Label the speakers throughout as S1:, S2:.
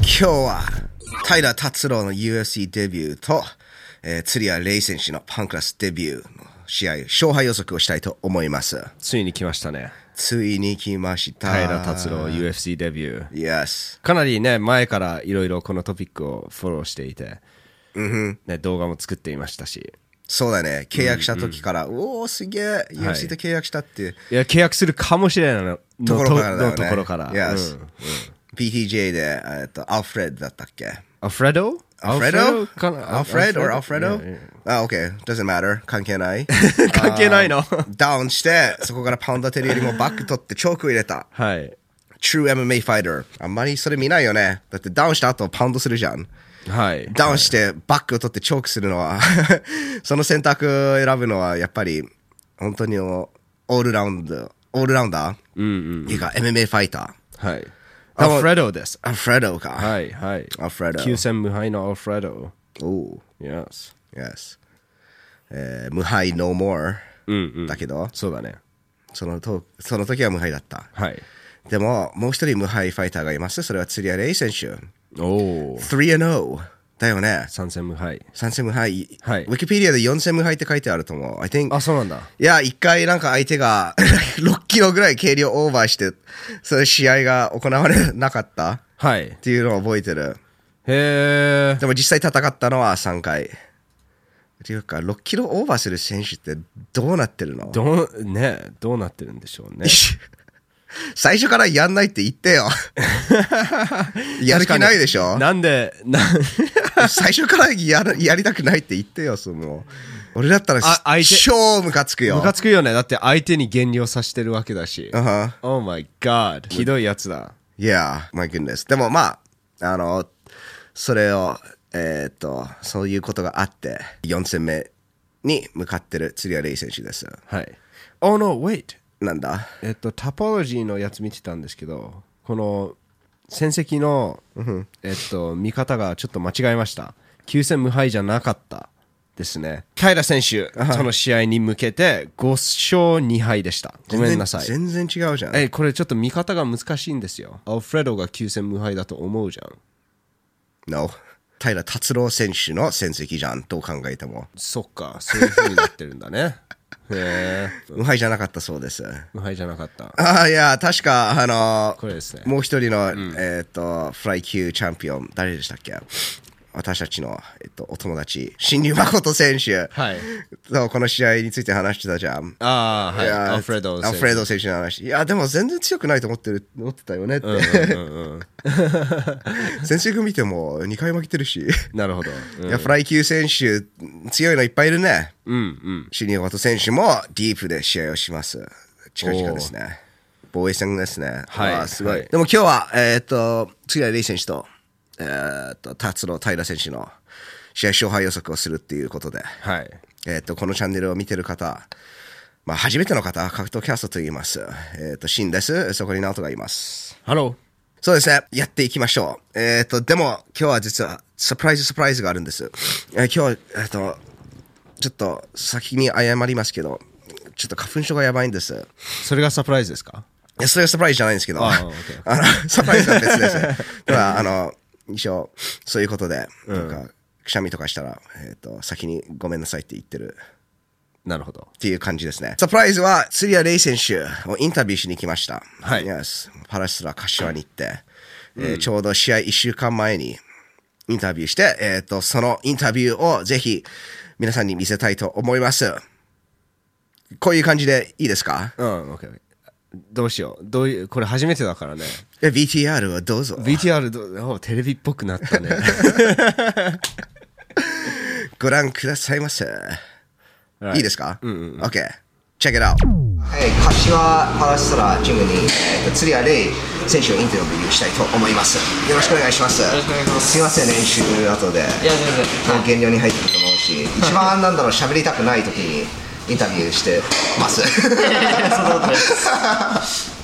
S1: 日は平達郎の UFC デビューと、えー、釣り屋レイ選手のパンクラスデビューの試合勝敗予測をしたいと思います
S2: ついに来ましたね
S1: ついに来ました
S2: 平達郎 UFC デビュー
S1: Yes
S2: かなりね前からいろいろこのトピックをフォローしていて、ね、動画も作っていましたし
S1: そうだね契約した時から、おおすげえ UFC と契約したって、
S2: いや契約するかもしれないのの
S1: ところからだよ
S2: の
S1: ね
S2: ところから、
S1: Yes
S2: うん
S1: BTJ でえっとアフレッドだったっけ
S2: アフレド
S1: アフレド
S2: かな
S1: アフレッド or ア
S2: ア
S1: フ
S2: フ
S1: レ
S2: レ
S1: ッ
S2: ド
S1: ドあ、OK。doesn't matter. 関係ない。
S2: 関係ないの
S1: ダウンして、そこからパウンド当てるよりもバック取ってチョーク入れた。
S2: はい。
S1: True MMA fighter。あんまりそれ見ないよね。だってダウンした後パウンドするじゃん。
S2: はい。
S1: ダウンしてバックを取ってチョークするのは、 その選択を選ぶのはやっぱり、本当にオールラウンド、オールラウンダー
S2: うんうん。
S1: っていうか MMA ファイタ
S2: はい。
S1: でも
S2: アフレドです。
S1: ー。アフレドか。
S2: はいはい。
S1: アフレド。
S2: 9戦無敗のアフレド。
S1: お
S2: Yes。
S1: Yes。えー無敗 No More
S2: うんうん。
S1: だけど、
S2: そうだね。
S1: そのとその時は無敗だった。
S2: はい。
S1: でも、もう一人無敗ファイターがいます。それは釣り屋レイ選手。
S2: おお。
S1: 3-0だよね。
S2: 3戦無敗。
S1: 3戦無敗。
S2: はい
S1: ウィキペディアで4戦無敗って書いてあると思う。I think
S2: あ、そうなんだ。
S1: いや、一回なんか相手が 6キロぐらい軽量オーバーして、それ試合が行われなかったっ
S2: はい。へ
S1: ていうのを覚えてる。
S2: え。
S1: でも実際戦ったのは3回。っていうか、6キロオーバーする選手ってどうなってるの
S2: どう、ね、どうなってるんでしょうね。
S1: 最初からやんないって言って よ。やる気ないでしょ
S2: なんで、な、
S1: 最初からやるやりたくないって言ってよ、その。俺だったら
S2: あ相手
S1: 超ムカつくよ。
S2: ムカつくよね。だって相手に減量させてるわけだし。
S1: うん
S2: Oh my god. ひどいやつだ。
S1: Yeah, my goodness. でもまあ、あの、それを、えーっと、そういうことがあって、4戦目に向かってる釣りはレイ選手です。
S2: はい。Oh no, wait.
S1: なんだ
S2: えっと、タポロジーのやつ見てたんですけど、この戦績の、えっと、見方がちょっと間違えました。9戦無敗じゃなかったですね。平選手、その試合に向けて5勝2敗でした。ごめんなさい。
S1: 全然全然違うじゃん。
S2: え、これちょっと見方が難しいんですよ。アルフレドが9戦無敗だと思うじゃん。
S1: No. 平達郎選手の戦績じゃん、どう考えても。
S2: そっか、そういう風になってるんだね。 へえ、
S1: 無敗じゃなかったそうです。
S2: 無敗じゃなかった。
S1: ああ、いや、確か、あの、
S2: これですね。
S1: もう一人の、えーっと、フライ級チャンピオン、誰でしたっけ私たちの、えっと、お友達、新入誠選手
S2: はい。
S1: とこの試合について話してたじゃん。
S2: ああ、はい。
S1: や
S2: アルフレド
S1: ア
S2: 選
S1: ル
S2: 手
S1: フレド選手の話。いや、でも全然強くないと思ってる思ってたよねって。 先週見ても2回負けてるし。
S2: なるほど。うん
S1: いや、フライ級選手、強いのいっぱいいるね。
S2: うんうん。
S1: シニアワト選手もディープで試合をします。近々ですね。防衛戦ですね。
S2: はい
S1: わあすごい。
S2: はい
S1: でも今日は、えーっと、次はレイ選手と、えーっと、達郎、平選手の試合勝敗予測をするっていうことで。
S2: はい。
S1: えっ、と、このチャンネルを見てる方、まあ、初めての方、格闘キャストと言います。えっ、と、シンです。そこにナオトがいます。
S2: ハロ
S1: そうですね。やっていきましょう。えっ、と、でも、今日は実は、サプライズサプライズがあるんです。えー今日、えっ、と、ちょっと、先に謝りますけど、ちょっと花粉症がやばいんです。
S2: ー。それがサプライズですか
S1: いや、それはサプライズじゃないんですけど、
S2: あ
S1: あ
S2: あオッケー
S1: の、サプライズは別ですね。ただ、あの、一応、そういうことで、なんか、くしゃみとかしたら、えっ、と、先にごめんなさいって言ってる。
S2: なるほど。
S1: っていう感じですね。サプライズは、釣り屋レイ選手をインタビューしに来ました。
S2: はい
S1: Yes パラスラ柏に行って、えーちょうど試合1週間前にインタビューして、えっ、と、そのインタビューをぜひ皆さんに見せたいと思います。こういう感じでいいですか
S2: うん、オッケー。どうしよう。どういう、これ初めてだからね。
S1: え ?VTR をどうぞ。
S2: VTR ど、おテレビっぽくなったね。
S1: ご覧くださいませ。
S2: はい
S1: いですかうんうん。OK。Check it out. えー、柏パラストラジムに、えーと、釣り屋レイ選手をインタビューしたいと思います。よろしくお願いします。よ
S3: ろしくお願いします
S1: すみません、練習後で。
S3: いや全然
S1: もう減量に入ってると思うし、一番なんだろう、喋りたくない時にインタビューしてます。
S3: そんなことないです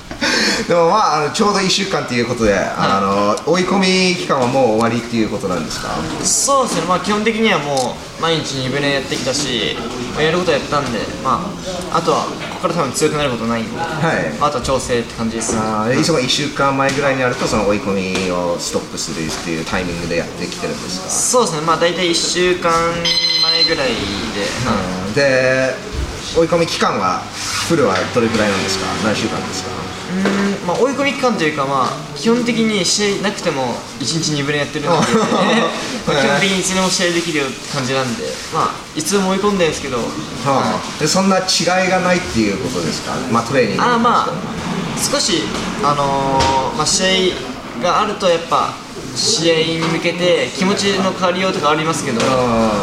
S1: でもまああのちょうど1週間ということで、あの追い込み期間はもう終わりっていうことなんですか
S3: そうですね、まあ、基本的にはもう毎日湯船やってきたし、まあ、やることはやったんで、まあ、あとはここから多分強くなることないんで、
S1: はい
S3: まあ、あとは調整って感じですね
S1: あーいつも1週間前ぐらいになるとその追い込みをストップするっていうタイミングでやってきてるんですか
S3: そうですね、まあ、大体1週間前ぐらいで、はい
S1: で追い込み期間はフルはどれくらいなんですか何週間ですか
S3: うんまあ、追い込み期間というか、まあ、基本的に試合なくても1日2分やっ てるので、まあ基本的にいつでも試合できるよって感じなんで、まあ、いつでも追い込んでるんですけど、
S1: はあ、でそんな違いがないっていうことですか、まあ、トレーニング
S3: あーまあ少し、あのーまあ、試合があるとやっぱ試合に向けて気持ちの変わりようとかありますけど、
S1: あー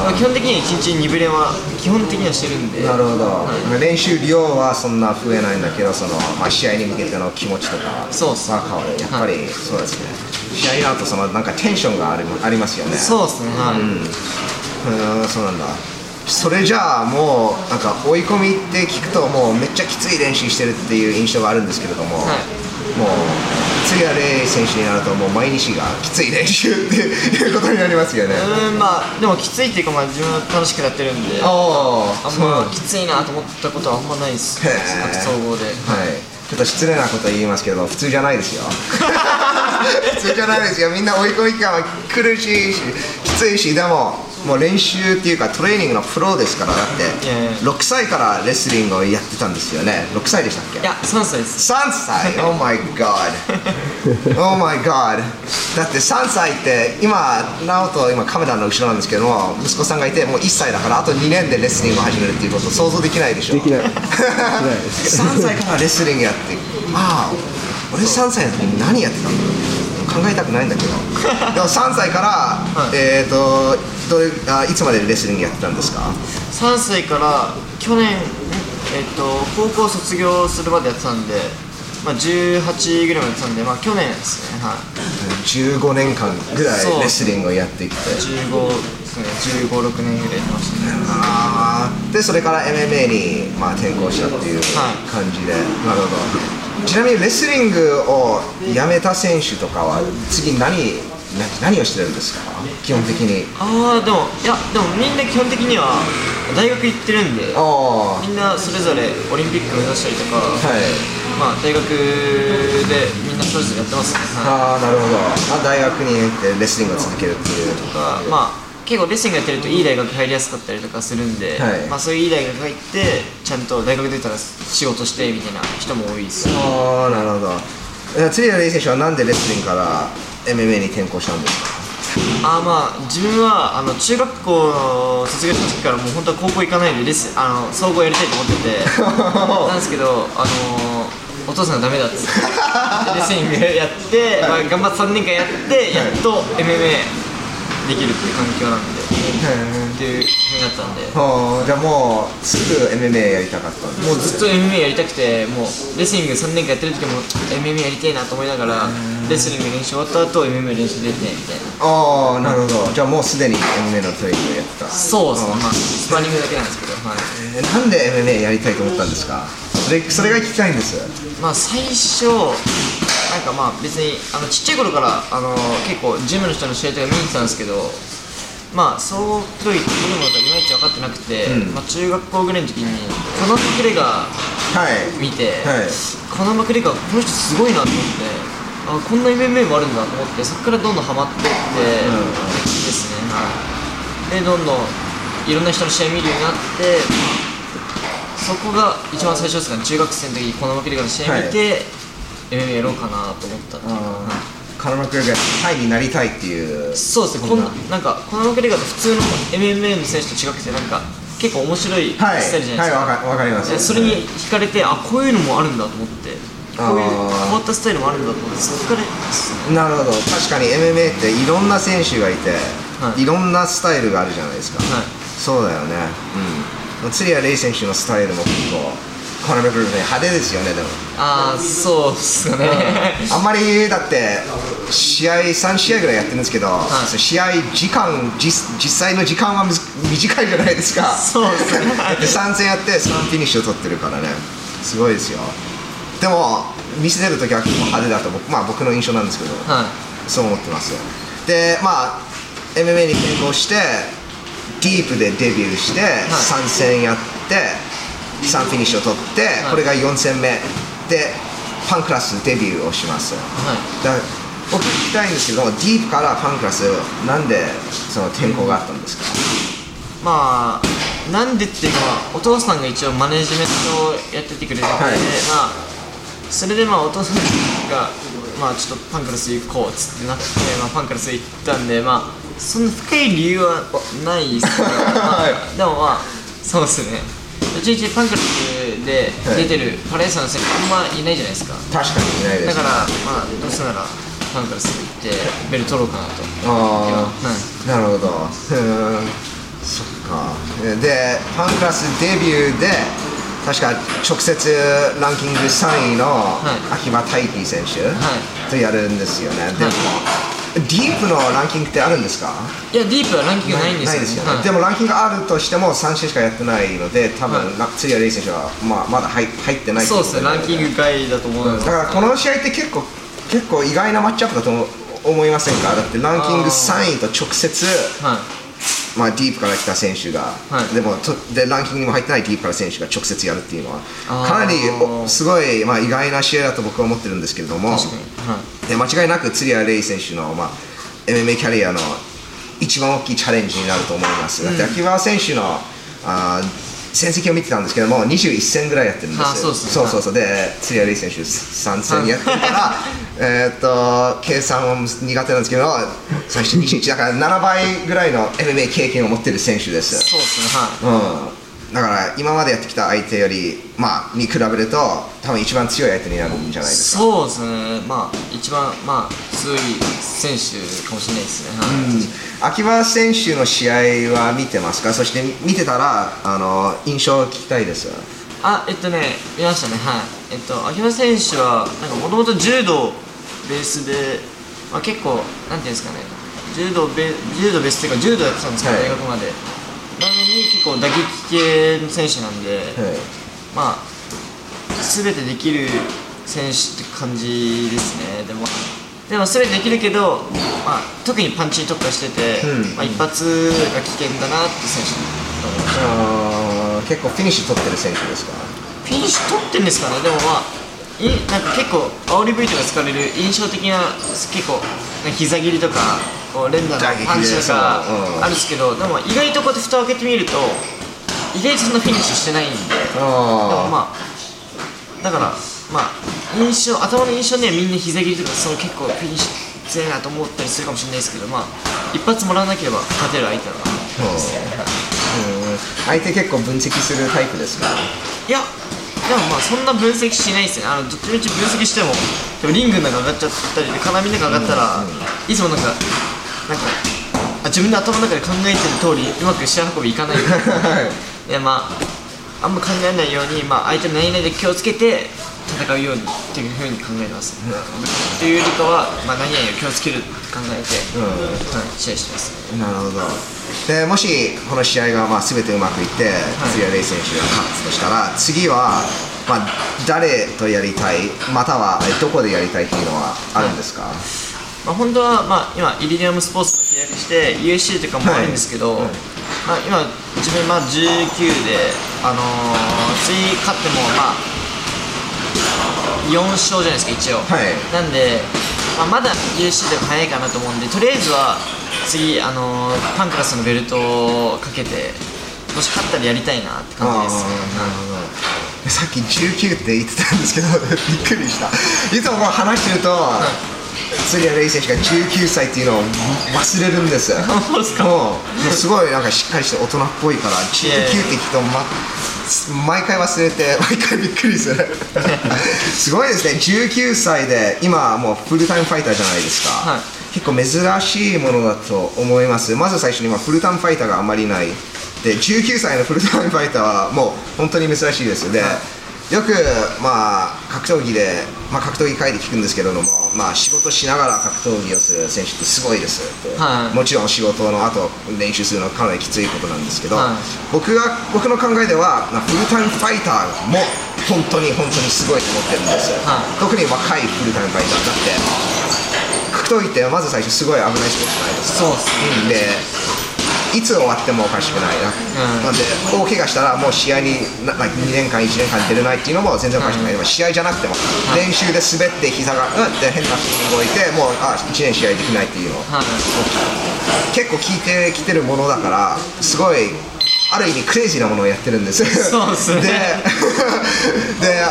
S3: まあ基本的には1日2分練は基本的にはしてるんで
S1: なるほど、練習量はそんな増えないんだけどその、まあ、試合に向けての気持ちとか
S3: そうっす
S1: まあ変わるやっぱりそうですね、試合の後そのなんかテンションがありありますよね
S3: そうですね、はい
S1: うんそうなんだそれじゃあもうなんか追い込みって聞くともうめっちゃきつい練習してるっていう印象があるんですけれども、
S3: はい
S1: もう次はレイ選手になるともう毎日がきつい練習っていうことになりますよね、
S3: うーんまあでもきついっていうかまあ自分は楽しくやってるんであ
S1: ああ
S3: んまきついなと思ったことはあんまないです
S1: へー
S3: 各総合で
S1: はいちょっと失礼なこと言いますけど普通じゃないですよ 普通じゃないですよみんな追い込み感は苦しいしきついしでももう練習っていうかトレーニングのプロですからだって
S3: いやいや
S1: 6歳からレスリングをやってたんですよね6歳でしたっけ
S3: いや3歳です
S1: 3歳 Oh my god Oh my god だって3歳って今直人今カメラの後ろなんですけども息子さんがいてもう1歳だからあと2年でレスリングを始めるっていうこと想像でき ないでしょ
S2: できないでき ないです
S1: 3歳からレスリングやってああ俺3歳の時に何やってたんだろう考えたくないんだけどでも3歳から、
S3: い
S1: えっ、とどれあいつまでレスリングやってたんですか
S3: 3歳から去年、えっと、高校卒業するまでやってたんで、まあ、18ぐらいまでやってたんで、まあ、去年ですね、はい、
S1: 15年間ぐら
S3: そう
S1: いレスリングをやってきて
S3: 15ですね1 5 6年ぐらいやってましたね
S1: あーでそれから MMA に、まあ、転向したっていう
S3: はい
S1: 感じで、なるほどちなみにレスリングをやめた選手とかは次何何何をしてるんですか基本的に
S3: ああでもいやでもみんな基本的には大学行ってるんで
S1: ああ
S3: みんなそれぞれオリンピック目指したりとか、
S1: はい
S3: まあ、大学でみんなそれぞれやってますね、はい
S1: ああなるほどあ大学に行ってレスリングを続けるっていう
S3: とかまあ結構レッスンがやってるといい大学入りやすかったりとかするんで、
S1: はい
S3: まあ、そういういい大学入ってちゃんと大学出たら仕事してみたいな人も多いです
S1: ああなるほどえ次のレイ選手はなんでレスリングから MMA に転向したんですか
S3: あーまあ自分はあの中学校の卒業した時からもう本当は高校行かないんでレスあの総合やりたいと思って てなんですけどあのーお父さんがダメだっつっ てレスリングやって、まあ、頑張って3年間やってやっと MMA できるっていう環境なんでっていうふうになったんで
S1: はあじゃあもうすぐ MMA やりたかったんです
S3: もうずっと MMA やりたくてもうレスリング3年間やってる時も MMA やりたいなと思いながらレスリング練習終わった後 MMA 練習出てみたいな
S1: ああなるほどじゃあもうすでに MMA のトレーニングをやってた
S3: そうですねまあスパーリングだけなんですけどはい
S1: えーなんで MMA やりたいと思ったんですかそれそれが聞きたいんです
S3: まあ最初なんかまあ別にあのちっちゃい頃からあの結構ジムの人の試合とか見に行ってたんですけどまあ総合プロいってどういうものかいまいち分かってなくて、まあ、中学校ぐらいの時にコナン・マクレガー
S1: はい
S3: 見て、
S1: はい
S3: コナン・マクレガーこの人すごいなと思ってあこんな MMA もあるんだと思ってそこからどんどんハマってって、ですねはいでどんどんいろんな人の試合見るようになってそこが一番最初ですかね中学生の時にこのマクレガーの試合見て、MMA やろうかなと思ったっていうか
S1: あーカラマクレがタイになりたいっていう
S3: そうですねこんななんかこのマクレガーと普通の MMA の選手と違くてなんか結構面白いスタ
S1: はい
S3: イルじゃない
S1: は
S3: で
S1: いわ
S3: すか、
S1: かわかります
S3: でそれに惹かれてあこういうのもあるんだと思ってこういう
S1: あー
S3: 変わったスタイルもあるんだと思ってそこから
S1: なるほど確かに MMA っていろんな選手がいて、
S3: はい
S1: い、ろんなスタイルがあるじゃないですか、
S3: はい
S1: そうだよねうん釣りやレイ選手のスタイルも結構コナミクルね派手ですよねでも
S3: ああそうっすかね
S1: あんまりだって試合3試合ぐらいやってるんですけど、
S3: い
S1: 試合時間じ実際の時間はむず短いじゃないですか
S3: そうですね
S1: で3戦やって3フィニッシュを取ってるからねすごいですよでも見せてる時は結構派手だと僕,、まあ、僕の印象なんですけど、
S3: はい
S1: そう思ってますよでまあ MMA に転向してディープでデビューして、3戦やって3フィニッシュを取って、
S3: い
S1: これが4戦目でパンクラスデビューをします
S3: はい
S1: だお聞きたいんですけどディープからパンクラスなんでその転向があったんですか
S3: まあなんでっていうかお父さんが一応マネージメントをやっててくれてて、
S1: はい
S3: まあそれでまあお父さんがまあちょっとパンクラス行こうっつってなって、まあ、パンクラス行ったんでまあそんな深い理由はないです けど、まあでもまあそうですねうちいちパンクラスで出てるカレーさんの選手あんまいないじゃないですか
S1: 確かにいないで
S3: だ
S1: す
S3: からまあどうせならパンクラス行ってベル取ろうかなと
S1: ああ、
S3: はい
S1: なるほど うーんそっかでファンクラスデビューで確か直接ランキング3位の
S3: い
S1: 秋葉大輝選手
S3: い
S1: とやるんですよね、でも、ディープのランキングってあるんですか
S3: いやディープはランキングないんですよ
S1: よね、
S3: はい
S1: でもランキングあるとしても3週しかやってないので多分、
S3: はい
S1: ラ釣りレイ選手は、まあ、まだ入入ってないって
S3: そ
S1: こ
S3: うで
S1: と
S3: すね、ランキング外だと思うの
S1: だからこの試合って結構結構意外なマッチアップだと思思いませんかだってランキング
S3: あー
S1: 3位と直接
S3: はい、
S1: まあ、ディープから来た選手が、
S3: はい
S1: でもとでランキングにも入ってないディープから選手が直接やるっていうのは
S3: あー
S1: かなりおすごい、まあ、意外な試合だと僕は思ってるんですけれども
S3: 確かに、はい
S1: で間違いなく釣谷レイ選手の、まあ、MMA キャリアの一番大きいチャレンジになると思います、だって秋葉選手のあー戦績を見てたんですけども21戦ぐらいやってるんですよ
S3: あーそうですね
S1: そうそうそうで釣谷レイ選手3戦やってるからえーっと計算は苦手なんですけど最初21だから7倍ぐらいの MMA 経験を持ってる選手です
S3: そうですね、はい。
S1: うん、だから今までやってきた相手より、まあ、に比べると多分一番強い相手になるんじゃないですか
S3: そうですね、まあ、一番、まあ、強い選手かもしれないですね、はい。
S1: 秋葉選手の試合は見てますかそして見てたらあの印象を聞きたいです
S3: あ、えっとね、見ましたね、はい。えっと、秋葉選手は、なんか、もともと柔道ベースで、まあ、結構、なんていうんですかね、柔道ベ柔道ベースっていうか、柔道やってたんですけど、
S1: はい
S3: 大学まで。なのに、結構、打撃系の選手なんで、まあ、すべてできる選手って感じですね、でも、でもすべてできるけど、まあ、特にパンチに特化してて、
S1: うん
S3: まあ、一発が危険だなって選手だと思います
S1: あー結構フィニッシュ取ってる選手ですか
S3: フィニッシュ取ってるんですかね、でもまあ、いなんか結構、煽り V とか使われる印象的な、結構、なんか膝切りとか、こう連打のパンチとか
S1: 打撃でそううん
S3: あるんですけど、でも意外とこうやって蓋を開けてみると、意外とそんなフィニッシュしてないんで。でも
S1: あ
S3: まあだからまあ印象頭の印象にはみんな膝切りとかその結構フィニッシュ強いなと思ったりするかもしれないですけどまあ一発もらわなければ勝てる相手だな
S1: あ、うんうん相手結構分析するタイプですか
S3: いやでもまあそんな分析しないですねあのどっちみち分析してもでもリングの中上がっちゃったりで金網の中上がったら、いつもなんかなんかあ自分で頭の中で考えてる通りうまく試合運びいかない いやまああんま考えないように、まあ、相手の何々で気をつけて戦うようにっていうふうに考えてます、というよりかは、まあ、何々を気をつけるって考えて、
S1: ん
S3: はい試合してます
S1: なるほどでもしこの試合がまあ全てうまくいって、次はレイ選手が勝つとしたら次は、まあ、誰とやりたいまたはえどこでやりたいっていうのはあるんですか、
S3: まあ、本当は、まあ、今イリディアムスポーツと契約して UFC とかもあるんですけど、まあ、今自分まあ19で、あのー、次勝ってもまあ4勝じゃないですか一応、
S1: はい
S3: なんで、まあ、まだ UFC でも早いかなと思うんでとりあえずは次、あのーパンクラスのベルトをかけてもし勝ったらやりたいなって
S1: ああー
S3: 感じです
S1: なるほどさっき19って言ってたんですけど びっくりしたいつもこう話してると、次はレイ選手が19歳っていうのを忘れるん です
S3: そうですか
S1: もうもうすごいなんかしっかりして大人っぽいから19
S3: やいや
S1: って聞くと、ま、毎回忘れて毎回びっくりす るすごいですね19歳で今もうフルタイムファイターじゃないですか、
S3: はい
S1: 結構珍しいものだと思いますまず最初にまあフルタイムファイターがあまりないで19歳のフルタイムファイターはもう本当に珍しいですで、よくまあ格闘技で、まあ、格闘技界で聞くんですけれども、まあ、仕事しながら格闘技をする選手ってすごいですって、
S3: はい
S1: もちろん仕事の後練習するのはかなりきついことなんですけど、
S3: はい
S1: 僕が僕の考えではまあフルタイムファイターも
S4: 本当に本当にすごいと思ってるんですよ、
S3: はい
S4: 特に若いフルタイムファイターだって格闘技ってまず最初すごい危ないスポーツじゃないですか
S3: そうっすね
S4: うんでいつ終わってもおかしくないな、
S3: ん
S4: なんで大怪我したらもう試合になな2年間1年間出れないっていうのも全然おかしくない、でも試合じゃなくても、
S3: い
S4: 練習で滑って膝がうんって変な風に動いてもうあ1年試合できないっていうの
S3: はい
S4: 結構聞いてきてるものだからすごいある意味クレイジーなものをやってるんです
S3: そうっすね
S4: で で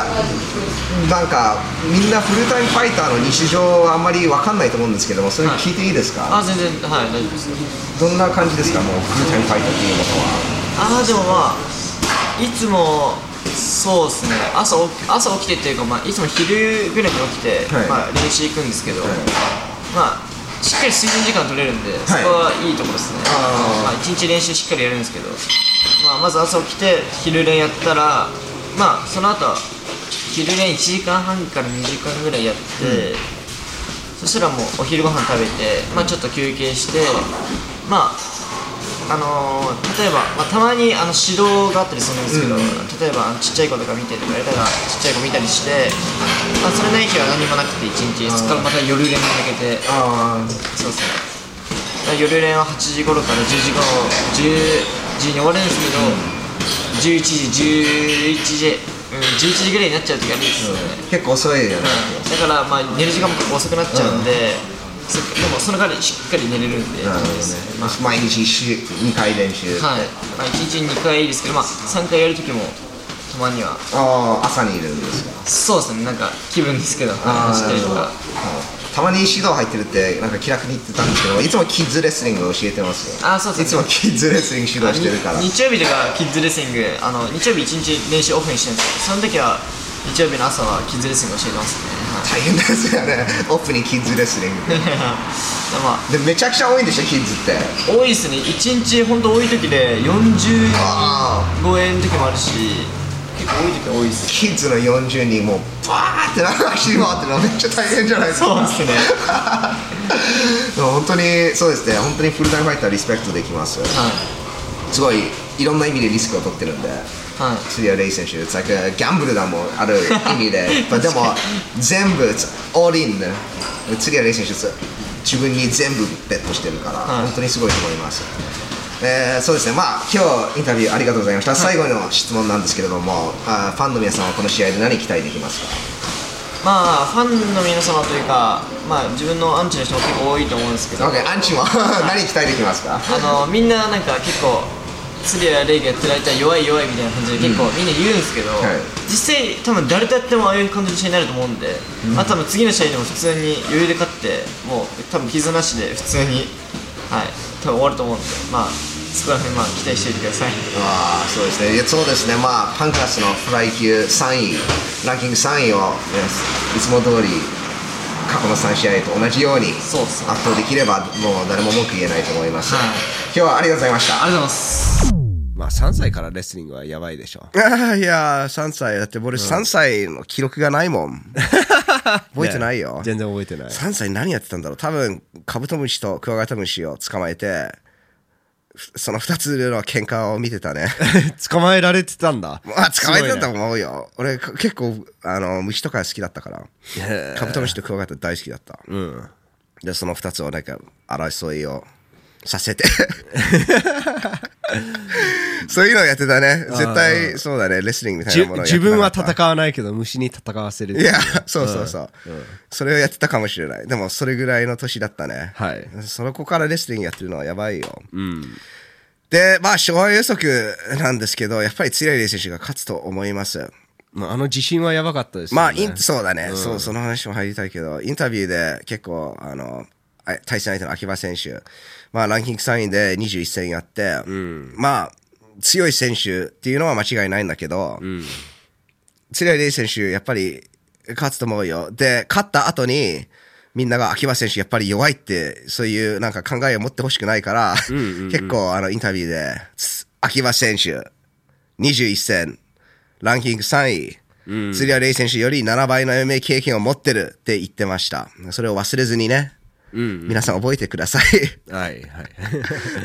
S4: なんかみんなフルタイムファイターの日常はあんまり分かんないと思うんですけどもそれ聞いていいですか、
S3: あ全然はい大丈夫です
S4: どんな感じですかもうフルタイムファイターっていうものは
S3: ああでもまあいつもそうですね朝お朝起きてっていうか、まあ、いつも昼ぐらいに起きて、
S4: はい
S3: まあ、練習行くんですけど、
S4: い
S3: まあしっかり睡眠時間取れるんで、そこはいいところですね
S4: あー
S3: まあ、1日練習しっかりやるんですけど、まあ、まず朝起きて昼練やったらまあその後昼練1時間半から2時間ぐらいやって、そしたらもうお昼ご飯食べて、まあ、ちょっと休憩してまああのー例えば、まあ、たまにあの指導があったりするんですけど、例えばあのちっちゃい子とか見てとかやったらちっちゃい子見たりして、まあ、それない日は何もなくて1日そこからまた夜練に向けて
S4: あ
S3: そうですねだから夜練は8時頃から10時頃10時に終わるんですけど、11時11時、うん、11時ぐらいになっちゃう時あるんですよね、
S4: 結構遅いよね、
S3: だからまあ寝る時間も遅くなっちゃうんで、そでもその代わりしっかり寝れるんで、
S4: なるほどね
S3: まあ
S4: 毎日2回練習、
S3: はい、まあ、1日2回ですけど、まあ、3回やるときもたまには
S4: ああ朝にいるんですか
S3: そうですねなんか気分ですけどはい走ったりと
S4: なる
S3: か
S4: ほどたまに指導入ってるってなんか気楽に言ってたんですけどいつもキッズレスリングを教えてますよ
S3: あそうそう
S4: いつもキッズレスリング指導してるから
S3: に日曜日とかキッズレスリングあの日曜日1日練習オフにしてるんですけどその時は日曜日の朝はキッズレスリング教えてますね、
S4: 大変ですよねオープンにキッズレスリング
S3: はい まあ
S4: でめちゃくちゃ多いんでしょキッズって
S3: 多いですね1日本当多い時で40
S4: あ
S3: 超えの時もあるし結構多い時は多いです
S4: キッズの40人もうバーってなんか走り回ってるのめっちゃ大変じゃないですか
S3: そうですね
S4: でも本当にそうですね本当にフルタイムファイターリスペクトできます
S3: はい
S4: すごいいろんな意味でリスクを取ってるんで
S3: はい
S4: スリア・レイ選手、it's like a ギャンブルだもん、ある意味 で。But でも、全部、it's all in ね。スリア・レイ選手、it's- 自分に全部ベットしてるから、
S3: はい
S4: 本当にすごいと思います。えーそうですね、まあ、今日インタビューありがとうございました。最後の質問なんですけれども、あーファンの皆さんはこの試合で何期待できますか
S3: まあファンの皆様というか、まあ、自分のアンチの人も結構多いと思うんですけど、
S4: ?OK、アンチも 何期待できますか
S3: あのみんななんか結構釣りやレイがやってる間弱い弱いみたいな感じで結構みんな言うんですけど、
S4: はい
S3: 実際多分誰とやってもああいう感じの試合になると思うんで、まあ多分次の試合でも普通に余裕で勝ってもう多分傷なしで普通にはい多分終わると思うんでまあそこら辺まあ期待しておいてください
S4: ああそうですねいやそうですねまあパンクラスのフライ級3位ランキング3位を、いつも通り過去の3試合と同じように圧
S3: そうっすね
S4: 倒できればもう誰も文句言えないと思います、
S3: はい
S4: 今日はありがとうございました
S3: ありがとうございます
S2: まあ3歳からレスリングはやばいでしょ。
S1: あーいやー、3歳。だって俺3歳の記録がないもん。覚えてないよ。
S2: 全然覚えてない。
S1: 3歳何やってたんだろう多分、カブトムシとクワガタムシを捕まえて、ふその2つの喧嘩を見てたね。
S2: 捕まえられてたんだ。
S1: まあ、捕まえてたと
S2: ん。
S1: 思うよ。俺、か結構、あの、虫とか好きだったから。
S2: へ
S1: カブトムシとクワガタ大好きだった。
S2: うん。
S1: で、その2つをなんか、争いをさせ て。そういうのをやってたね。絶対、そうだね。レスリングみたい
S2: じ
S1: な
S2: ゅ
S1: ものをやって
S2: 自分は
S1: なかった
S2: 戦わないけど虫に戦わせる。
S1: いや、そうそうそう、それをやってたかもしれない。でも、それぐらいの年だったね。
S2: はい
S1: その子からレスリングやってるのはやばいよ。で、まあ、勝敗予測なんですけど、やっぱり強いレイ選手が勝つと思います。
S2: まああの自信はやばかったですよね。
S1: まあ、インそうだね、そう、その話も入りたいけど、インタビューで結構、あの、あ対戦相手の秋葉選手、まあ、ランキング3位で21戦やって、まあ、強い選手っていうのは間違いないんだけど、強いレイ選手、やっぱり勝つと思うよ。で、勝った後に、みんなが秋葉選手やっぱり弱いって、そういうなんか考えを持ってほしくないから、結構あのインタビューで、つ秋葉選手、21戦、ランキング3位、釣りはレイ選手より7倍の MMA 経験を持ってるって言ってました。それを忘れずにね、皆さん覚えてください。
S2: はいはい。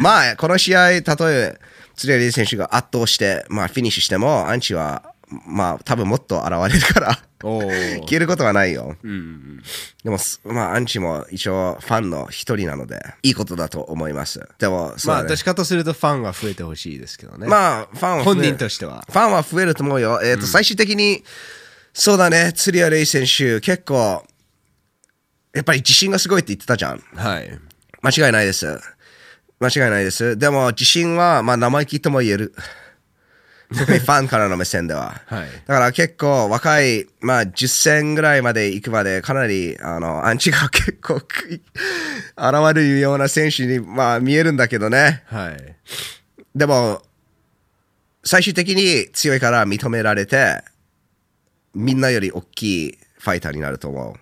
S1: まあ、この試合、たとえ、釣りはレイ選手が圧倒して、まあ、フィニッシュしても、アンチはまあ、多分もっと現れるから、
S2: おー
S1: 消えることはないよ。
S2: うん
S1: でも、すまあ、アンチも一応ファンの一人なので、いいことだと思います。でも、そう
S2: ま
S1: だ
S2: あ
S1: ね
S2: 出し方するとファンは増えてほしいですけどね、
S1: まあ、ファンは増え
S2: 本人としては
S1: ファンは増えると思うよ。えっ、と、最終的に、そうだね、釣りレイ選手、結構、やっぱり自信がすごいって言ってたじゃん。
S2: はい
S1: 間違いないです。間違いないです。でも、自信は、まあ、生意気とも言える。 特にファンからの目線では。
S2: はい
S1: だから結構若い、まあ10戦ぐらいまで行くまでかなり、あの、アンチが結構くい現れるような選手に、まあ見えるんだけどね。
S2: はい
S1: でも、最終的に強いから認められて、みんなより大きいファイターになると思う。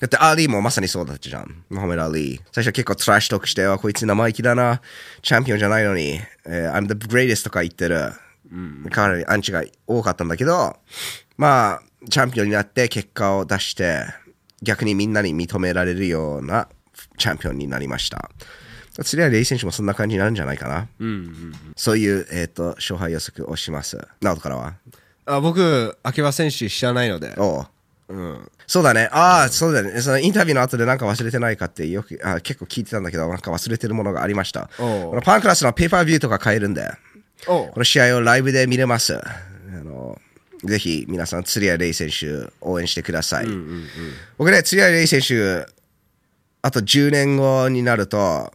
S1: だって、アーリーもまさにそうだったじゃん。モハメド・アリー。最初は結構トラッシュトークして、あこいつ生意気だな。チャンピオンじゃないのに、えー I'm the greatest とか言ってる。かなりアンチが多かったんだけど、まあ、チャンピオンになって結果を出して、逆にみんなに認められるようなチャンピオンになりました。それはレイ選手もそんな感じになるんじゃないかな。そういう、えっ、と、勝敗予測をします。ナオトからは。
S2: あ僕秋葉選手知らないので
S1: おう
S2: うん
S1: そうだね。ああ、そうだね。そのインタビューの後でなんか忘れてないかってよくあ結構聞いてたんだけど、なんか忘れてるものがありました。
S2: おう
S1: このパンクラスのペーパービューとか買えるんで、
S2: おう
S1: この試合をライブで見れます。あのぜひ皆さん、釣り屋レイ選手応援してください。僕ね、釣り屋レイ選手、あと10年後になると、あ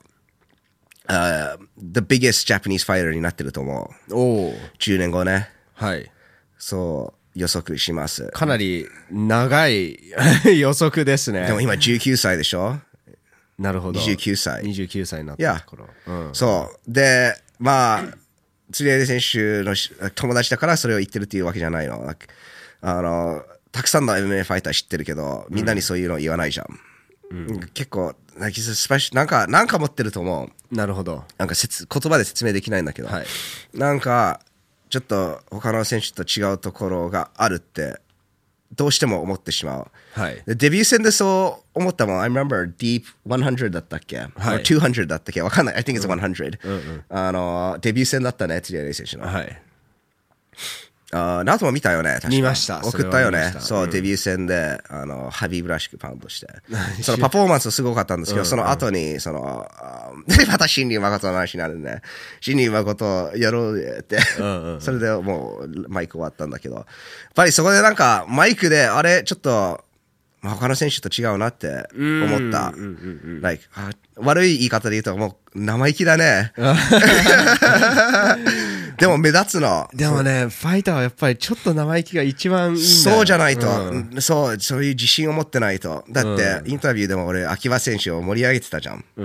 S1: ー The biggest Japanese fighter になってると思う。
S2: おう
S1: 10年後ね。
S2: はい
S1: そう、予測します。
S2: かなり長い 予測ですね
S1: でも今19歳でしょ
S2: なるほど
S1: 29歳
S2: 29歳になっ
S1: いや
S2: た頃うん
S1: そう。で、まあ、釣り合い選手のし友達だからそれを言ってるっていうわけじゃないの。なんかあの、たくさんの MMA ファイター知ってるけど、みんなにそういうの言わないじゃん。結構、なんかスパシなんか、なんか持ってると思う。
S2: なるほど
S1: なんか説言葉で説明できないんだけど、
S2: はい
S1: なんかちょっと他の選手と違うところがあるってどうしても思ってしまう、
S2: はい
S1: でデビュー戦でそう思ったもん I remember Deep 100だったっけ、
S2: はい
S1: or 200だったっけわかんない I think it's 100、あのデビュー戦だったね釣り合い選手の、
S2: はい
S1: あーナートも見たよね確か
S2: 見ましたそれ
S1: 送っ
S2: は
S1: たよ
S2: 見
S1: ね
S2: ました
S1: そう、デビュー戦であのハビーブらしくパウンド してそのパフォーマンスすごかったんですけど、その後にそのあー また新竜誠の話になるんで新竜誠やろうよって それでもうマイク終わったんだけどやっぱりそこでなんかマイクであれちょっとまあ他の選手と違うなって思った。Like あ悪い言い方で言うと、もう生意気だ ね。 でも目立つの。
S2: でもねファイターはやっぱりちょっと生意気が一番いいんだよ
S1: そうじゃない と、そう、そういう自信を持ってないと。だって、インタビューでも俺、秋葉選手を盛り上げてたじゃん。で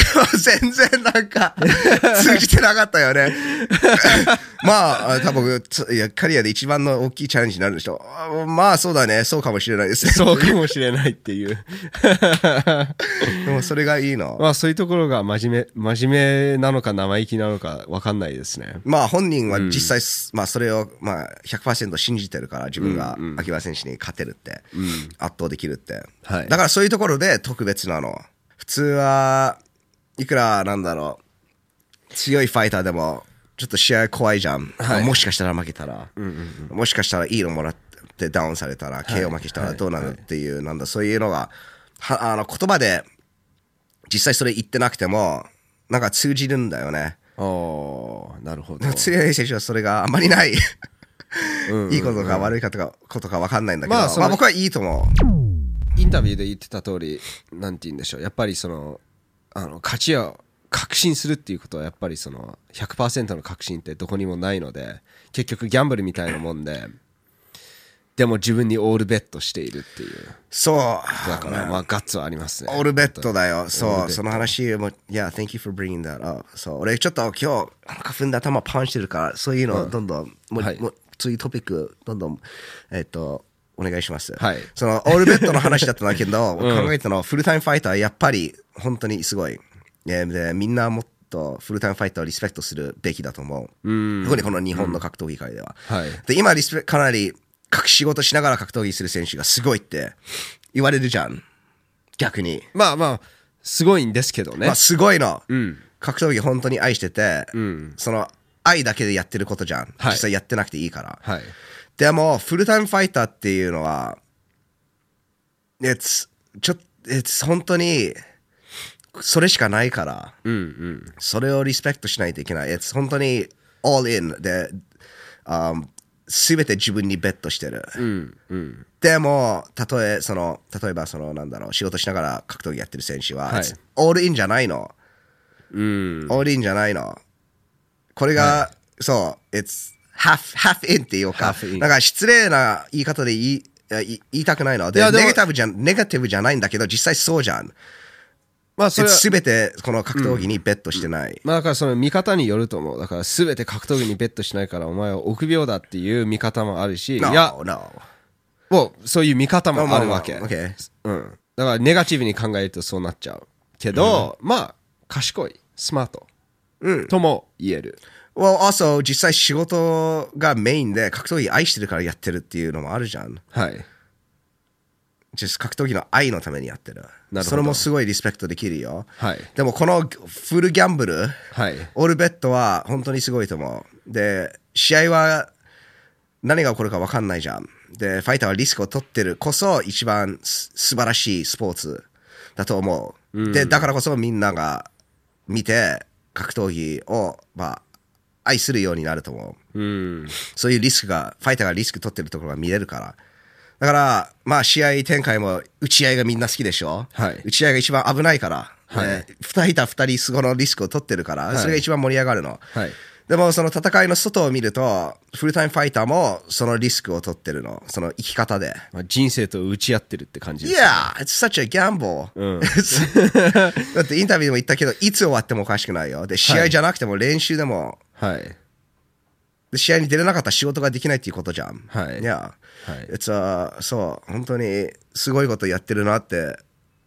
S1: も 全然なん か、通じてなかったよね。 まあ、多分ついやキャリアで一番の大きいチャレンジになるでしょう。あまあ、そうだね、そうかもしれないですね。
S2: そうかもしれないっていう
S1: でもそれがいいの。
S2: まあそういうところが真面目真面目なのか生意気なのか分かんないですね
S1: まあ本人は実際、まあそれをまあ100%信じてるから自分が秋葉選手に勝てるって、圧倒できるって、
S2: はい
S1: だからそういうところで特別なの普通はいくらなんだろう強いファイターでもちょっと試合怖いじゃん、まあもしかしたら負けたら、もしかしたらいいのもらってダウンされたら KO 負けしたらどうなるっていう、なんだそういうのがはあの言葉で実際それ言ってなくてもなんか通じるんだよね
S2: おーなるほど
S1: なんか釣り合い選手はそれがあんまりない。いいことか悪いことかことか分かんないんだけど、
S2: ま
S1: まあ、
S2: あその
S1: 僕はいいと思う。
S2: インタビューで言ってた通りなんて言うんでしょうやっぱりそのあの勝ちを確信するっていうことはやっぱりその100%の確信ってどこにもないので結局ギャンブルみたいなもんででも自分にオールベットしているっていう
S1: そう。
S2: だからまあガッツはありますね
S1: オールベットだよ。そう、その話も、いや、Thank you for bringing that up. そう、俺ちょっと今日、あの花粉で頭パンしてるから、そういうのどんどん、もう、
S2: はい
S1: もうそういうトピック、どんどん、えっと、お願いします。
S2: はい
S1: その、オールベットの話だったんだけ ど、考えたのは、フルタイムファイター、やっぱり、本当にすごい。えーで、みんなもっとフルタイムファイターをリスペクトするべきだと思う。特にこの日本の格闘技界では。
S2: はい
S1: で、今リスペ、かなり、か仕事しながら格闘技する選手がすごいって言われるじゃん。逆に。
S2: まあまあすごいんですけどね
S1: まあ、すごいの、格闘技本当に愛してて、その愛だけでやってることじゃん、
S2: はい
S1: 実際やってなくていいから、
S2: はい。
S1: でもフルタイムファイターっていうのは it's ちょ it's 本当にそれしかないから、それをリスペクトしないといけない it's 本当に all in で、あん全て自分にベットしてる、でもたとえその例えばそのなんだろう仕事しながら格闘技やってる選手は、
S2: はい
S1: it's all in じゃないの
S2: うん。
S1: オールインじゃないの。これが、そう、it's half, half in っていうか
S2: half、in
S1: なんか失礼な言い方で言いえい言いたくないの。で、
S2: いやでも
S1: ネガティブじゃん、ネガティブじゃないんだけど、実際そうじゃん。
S2: まあ、それは、
S1: すべてこの格闘技にベットしてない。
S2: まあ、だからその見方によると思う。だから全て格闘技にベットしないから、お前は臆病だっていう見方もあるし、い
S1: No,
S2: や、
S1: no.
S2: もうそういう見方もあるわけ。
S1: まあまあまあ OK
S2: うん。だからネガティブに考えるとそうなっちゃう。けど、まあ、賢い、スマート。とも言える。
S1: Well, also, 実際仕事がメインで格闘技愛してるからやってるっていうのもあるじゃん。
S2: はい。
S1: just 格闘技の愛のためにやってる。
S2: ど
S1: それもすごいリスペクトできるよ。
S2: はい
S1: でもこのフルギャンブル、
S2: はい
S1: オールベットは本当にすごいと思う。で、試合は何が起こるか分かんないじゃん。で、ファイターはリスクを取ってるこそ一番す素晴らしいスポーツだと思う。で、だからこそみんなが見て格闘技を、まあ、愛するようになると思う。そういうリスクが、ファイターがリスク取ってるところが見れるから。だから、まあ試合展開も打ち合いがみんな好きでしょ、
S2: はい
S1: 打ち合いが一番危ないから。
S2: はい
S1: えー二人いた二人そこのリスクを取ってるから、
S2: い
S1: それが一番盛り上がるの。
S2: はい
S1: でもその戦いの外を見ると、フルタイムファイターもそのリスクを取ってるの。その生き方で。
S2: まあ、人生と打ち合ってるって感じです。
S1: Yeah, it's such a gamble. だってインタビューでも言ったけど、いつ終わってもおかしくないよ。で、試合じゃなくても練習でも
S2: はい。
S1: で試合に出れなかったら仕事ができないっていうことじゃん。
S2: はい
S1: や、
S2: はい
S1: いや、そう、本当にすごいことやってるなって、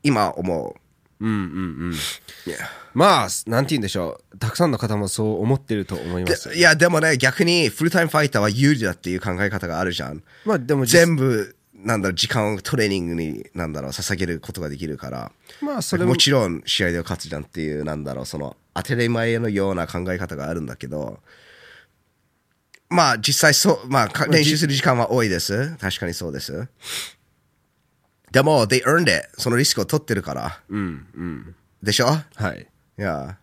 S1: 今思う。いや
S2: まあ、なんて言うんでしょう。たくさんの方もそう思ってると思います
S1: で。いや、でもね、逆にフルタイムファイターは有利だっていう考え方があるじゃん。
S2: まあ、でも実、
S1: 全部、なんだろう、時間をトレーニングに、なんだろう、捧げることができるから。
S2: まあ、それ
S1: も
S2: も、
S1: ちろん試合では勝つじゃんっていうなんだろうその当たり前のような考え方があるんだけどまあ実際そう、まあ、か練習する時間は多いです確かにそうですでも they earned it そのリスクを取ってるから、でしょ
S2: はい。
S1: いや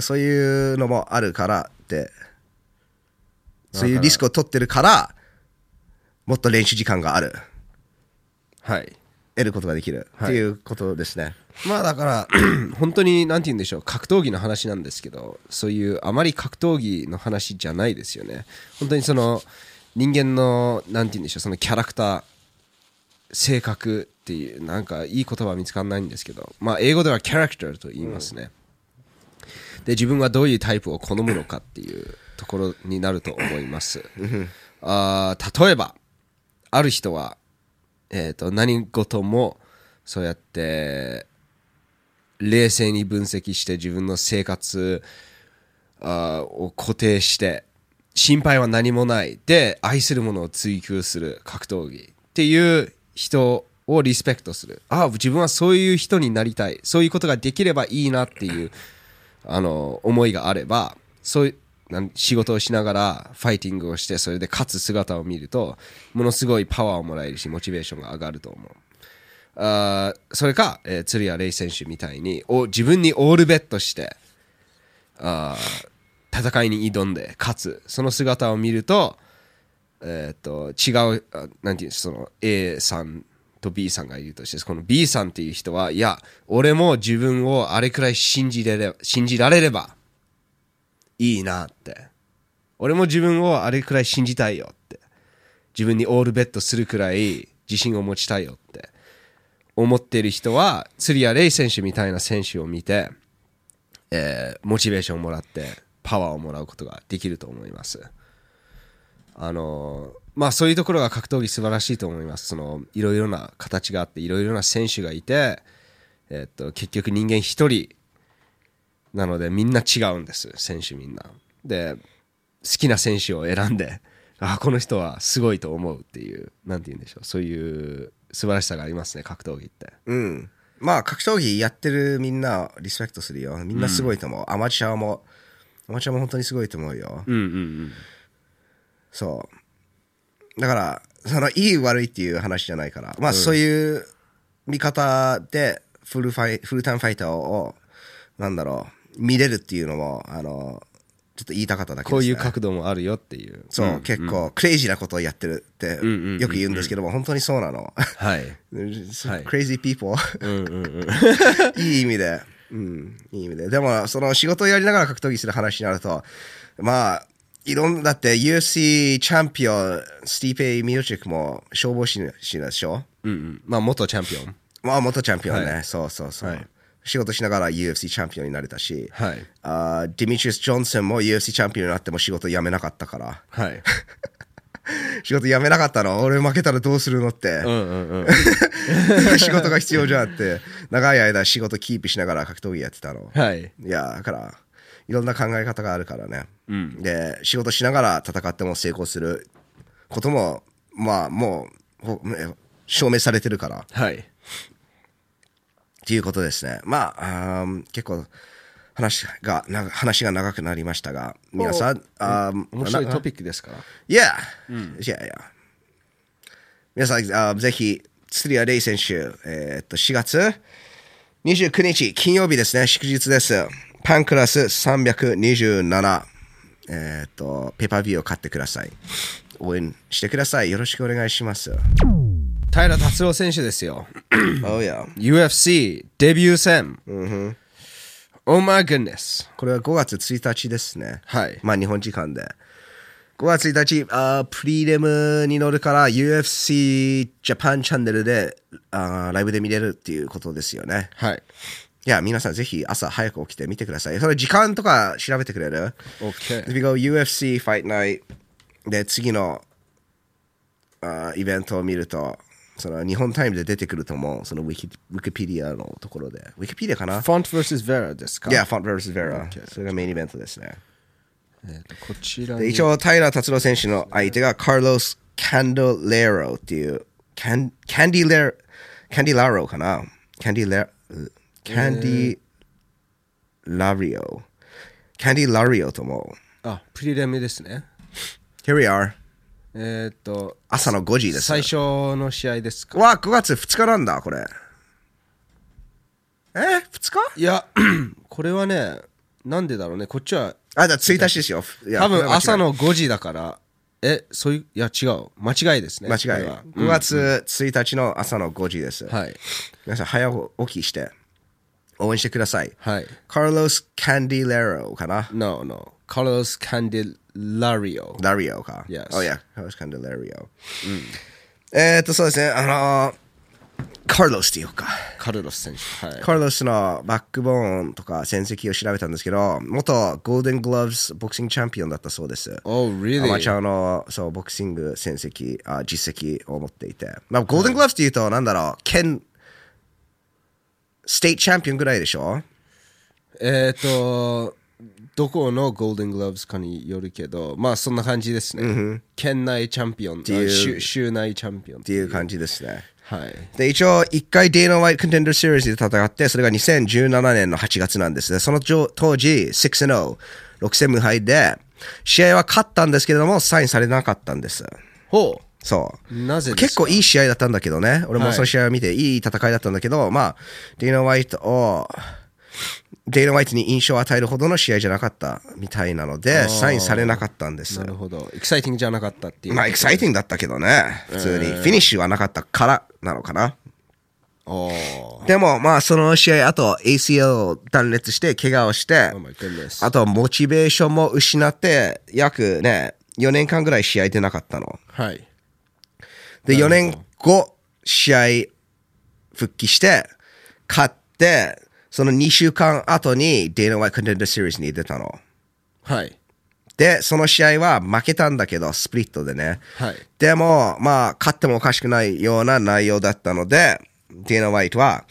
S1: そういうのもあるからってそういうリスクを取ってるからもっと練習時間がある
S2: はい。
S1: 得ることができる、
S2: はい
S1: っていうことですね
S2: まあだから 本当に何て言うんでしょう格闘技の話なんですけどそういうあまり格闘技の話じゃないですよね本当にその人間の何て言うんでしょうそのキャラクター性格っていうなんかいい言葉は見つかんないんですけどまあ英語ではキャラクターと言いますね、で自分はどういうタイプを好むのかっていうところになると思いますあー例えばある人はえー、と何事もそうやって冷静に分析して自分の生活あーを固定して心配は何もないで愛するものを追求する格闘技っていう人をリスペクトするああ自分はそういう人になりたいそういうことができればいいなっていうあの思いがあればそういうなん仕事をしながらファイティングをしてそれで勝つ姿を見るとものすごいパワーをもらえるしモチベーションが上がると思うあーそれか、えー、鶴谷レイ選手みたいにお自分にオールベットしてあー戦いに挑んで勝つその姿を見ると,、えー、と違うあなんていうんですその A さんと B さんがいるとしてこの B さんっていう人はいや俺も自分をあれくらい信じれれ信じられればいいなって俺も自分をあれくらい信じたいよって自分にオールベットするくらい自信を持ちたいよって思ってる人は釣りやレイ選手みたいな選手を見て、えーモチベーションをもらってパワーをもらうことができると思いますあのーまあそういうところが格闘技素晴らしいと思いますそのいろいろな形があっていろいろな選手がいて、えーっと結局人間一人なのでみんな違うんです選手みんなで好きな選手を選んで あこの人はすごいと思うっていうなんて言うんでしょうそういう素晴らしさがありますね格闘技って
S1: うん。まあ、格闘技やってるみんなをリスペクトするよ。みんなすごいと思う。アマチュアも、おばちゃんも本当にすごいと思うよ。
S2: うんうん
S1: そう。だから、その、いい悪いっていう話じゃないから、まあ、そういう見方で、フルファイ、フルタイムファイターを、なんだろう、見れるっていうのも、あの、ちょっと言いたかっただけです、ね。
S2: こういう角度もあるよっていう
S1: そう、結構、クレイジーなことをやってるって、よく言うんですけども、本当にそうなの。
S2: はい
S1: crazy people いい意味で、うん、いい意味ででもその仕事をやりながら格闘技する話になるとまあいろんなだって UFC チャンピオンスティーペイ・ミューチックも消防士なんでしょ
S2: うんうんまあ元チャンピオン
S1: まあ元チャンピオンね、
S2: は
S1: そうそうそう、
S2: はい
S1: 仕事しながら UFC チャンピオンになれたし、
S2: はい
S1: あーディミチュス・ジョンソンも UFC チャンピオンになっても仕事辞めなかったから
S2: はい
S1: 仕事辞めなかったの俺負けたらどうするのって、
S2: うんうんうん
S1: 仕事が必要じゃんって長い間仕事キープしながら格闘技やってたの、
S2: はい
S1: いやだからいろんな考え方があるからね、で仕事しながら戦っても成功することもまあもうほね証明されてるからっ
S2: はい
S1: ていうことですねまああー結構話がな話が長くなりましたが皆さんあー
S2: 面白い
S1: な
S2: トピックですか
S1: Yeah. Yeah, yeah. 皆さん、あぜひ、釣りアレイ選手、えーっと、4月29日、金曜日ですね、祝日です。パンクラス327、えーっと、ペーパービューを買ってください。応援してください。よろしくお願いします。
S2: 平達郎選手ですよ
S1: oh yeah.
S2: UFC デビュー戦 Oh my goodness
S1: これは5月1日ですね。
S2: はい
S1: まあ、日本時間で。5月1日、あープリレムに乗るから UFC ジャパンチャンネルであーライブで見れるっていうことですよね。
S2: はい
S1: いや、皆さんぜひ朝早く起きて見てください。それ時間とか調べてくれる
S2: OK
S1: ?We go UFC Fight Night で次のあーイベントを見ると、その日本タイムで出てくると思う。そのウィキウィキペディアのところで。ウィキペディアかな
S2: フォント vs ベラですか
S1: いや、フォント vs. ベラ
S2: Okay。
S1: それがメインイベントですね。
S2: えーとこちら
S1: で
S2: に
S1: 一応、平良達郎選手の相手が、カルロス・カンドレロっていう、カンカンディレロ、カンディラロかなカンディレ、カンディラリオ。カンディラリオと思う。
S2: あプリレムですね
S1: Here we are.
S2: えっと
S1: 朝の5時です。
S2: 最初の試合ですか
S1: わあ、9月2日なんだ、これ。え ?2 日
S2: いや これはねなんでだろうねこっちは
S1: あ、じゃあ1日ですよ。いや
S2: 多
S1: これ
S2: 分
S1: は間違い
S2: 朝の5時だからえそういういや違う間違いですね
S1: 間違い
S2: これは
S1: は。5月1日の朝の5時です。
S2: はい
S1: 皆さん早起きして応援してください。
S2: はい
S1: カルロス・カンディレロかな
S2: No no カルロス・カンデラリオ
S1: ラリオか。
S2: Yes.
S1: Oh yeah, カルロス・カンディレロ。えーっと、そうですね、あのーカルロスっていうか、
S2: カルロス選手はい
S1: カルロスのバックボーンとか戦績を調べたんですけど、元ゴールデン・グローブスボクシングチャンピオンだったそうです。
S2: Oh
S1: アマチ
S2: really
S1: ュアのそうボクシング戦績あ、実績を持っていて、まあ、ゴールデン・グラブスっていうと、なんだろう、県、ステイチャンピオンぐらいでしょ
S2: えっとどこのゴールデングローブスかによるけどまあそんな感じですね県内チャンピオン
S1: いう
S2: あ州州内チャンピオンっ
S1: っていう感じですね。
S2: はい
S1: で、一応、一回デイノ・ワイト・コンテンダー・シリーズで戦って、それが2017年の8月なんですね。その当時、6-0、6戦無敗で、試合は勝ったんですけれども、サインされなかったんです。
S2: ほう
S1: そう。
S2: なぜです
S1: 結
S2: か
S1: 構いい試合だったんだけどね。俺もその試合を見て、いい戦いだったんだけど、まあ、デイナ・ワイトを、デイナ・ワイトに印象を与えるほどの試合じゃなかったみたいなので、サインされなかったんです
S2: な。るほどエキサイティングじゃなかったっていう
S1: まあ、エキサイティングだったけどね。普通に。フィニッシュはなかったからなのかな。
S2: お
S1: でも、まあ、その試合、あと ACL を断裂して、怪我をして、
S2: Oh my goodness
S1: あと、モチベーションも失って、約ね、4年間ぐらい試合出なかったの。
S2: はい
S1: で、4
S2: なるほど
S1: 年後、試合復帰して、勝って、その2週間後に、デイナ・ワイト・コンテンダー・シリーズに出たの。
S2: はい
S1: で、その試合は負けたんだけど、スプリットでね。
S2: はい
S1: でも、まあ、勝ってもおかしくないような内容だったので、デイナ・ワイトは、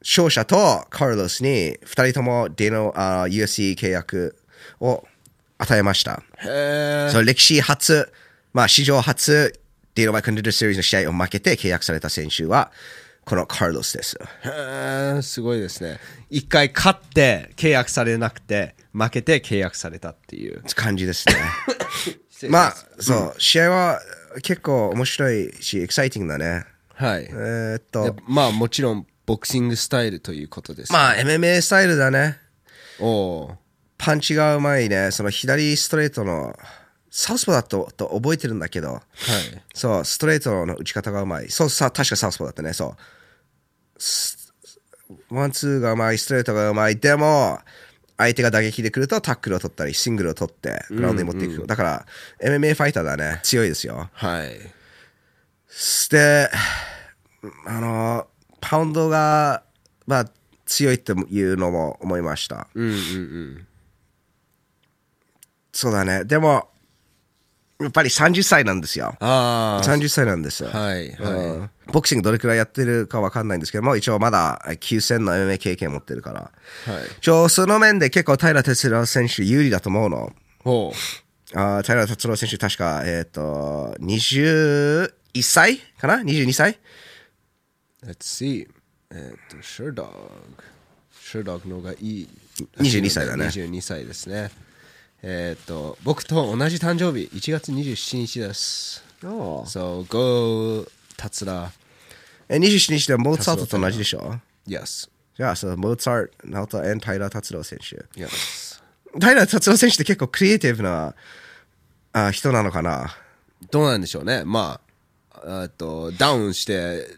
S1: 勝者とカルロスに2人ともデイナあー UFC 契約を与えました。
S2: へえ
S1: その歴史初、まあ、史上初、デイナ・ワイト・コンテンダー・シリーズの試合を負けて契約された選手は、このカルロスです。
S2: へーすごいですね一回勝って契約されなくて負けて契約されたっていう
S1: 感じですね。まあ、そう、試合は結構面白いし、エキサイティングだね。
S2: はい、
S1: えーっ
S2: で
S1: と、
S2: まあもちろんボクシングスタイルということです、
S1: まあ、MMA スタイルだね。
S2: おー
S1: パンチがうまいね。その左ストレートの、サウスポーだとと覚えてるんだけど、
S2: はい
S1: そう、ストレートの打ち方がうまい。そう、さ確かサウスポーだったね、そう。スワンツーがうまい、ストレートがうまい。でも、相手が打撃で来るとタックルを取ったり、シングルを取って、グラウンドに持っていく。だから、MMA ファイターだね。強いですよ。
S2: はい
S1: して、あの、パウンドが、まあ、強いっていうのも思いました。
S2: うんうんうん
S1: そうだね。でも、やっぱり30歳なんですよ。
S2: ああ
S1: 30歳なんですよ。
S2: はい
S1: うん
S2: は
S1: ボクシングどれくらいやってるかわかんないんですけども、一応まだ9000の MMA 経験持ってるから。
S2: いはい
S1: 一応その面で結構平哲郎選手有利だと思うの。
S2: おう
S1: あー平哲郎選手確か、えっ、と、21歳かな ?22 歳
S2: Let's see えっとシュードッグシュードッグの方がいい
S1: 22歳だね
S2: 22歳ですねえっと僕と同じ誕生日1月27日です
S1: お
S2: So go タツラ
S1: え27日でモーツァルトと同じでしょ
S2: Yes
S1: じゃあ、そのモーツァルト、ナオト、エン、平達郎選手。
S2: Yes
S1: 平達郎選手って結構クリエイティブなあ人なのかな
S2: どうなんでしょうねまあえっとダウンして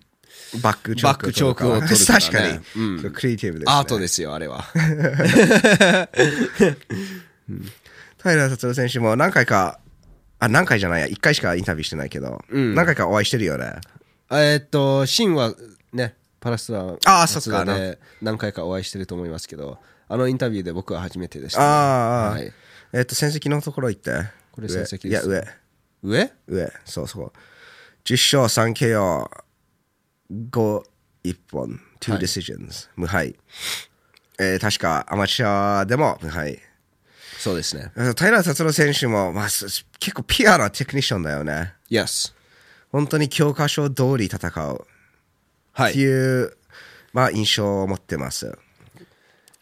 S1: バックチョーク
S2: バックチョークを取るとかね
S1: 確かに、
S2: うん
S1: クリエイティブです、ね。
S2: アートですよあれは
S1: 平達郎選手も何回か、あ、何回じゃないや、1回しかインタビューしてないけど、何回かお会いしてるよね。
S2: えっとシンはねパラストラ
S1: あーそっか
S2: 松田で何回かお会いしてると思いますけどあのインタビューで僕は初めてでし
S1: あ
S2: たね、
S1: あ、ああ
S2: はい
S1: えっと、戦績のところ行って。
S2: これ戦績です
S1: 上いや、上、
S2: 上
S1: 上、そうそう。10勝 3KO5 1本、2 decisions、無敗。えー確かアマチュアでも無敗。
S2: そうですね
S1: 平達郎選手も、まあ、す結構ピュアなテクニシャンだよね。
S2: Yes
S1: 本当に教科書通り戦う
S2: は
S1: って
S2: い
S1: いう、まあ、印象を持ってます。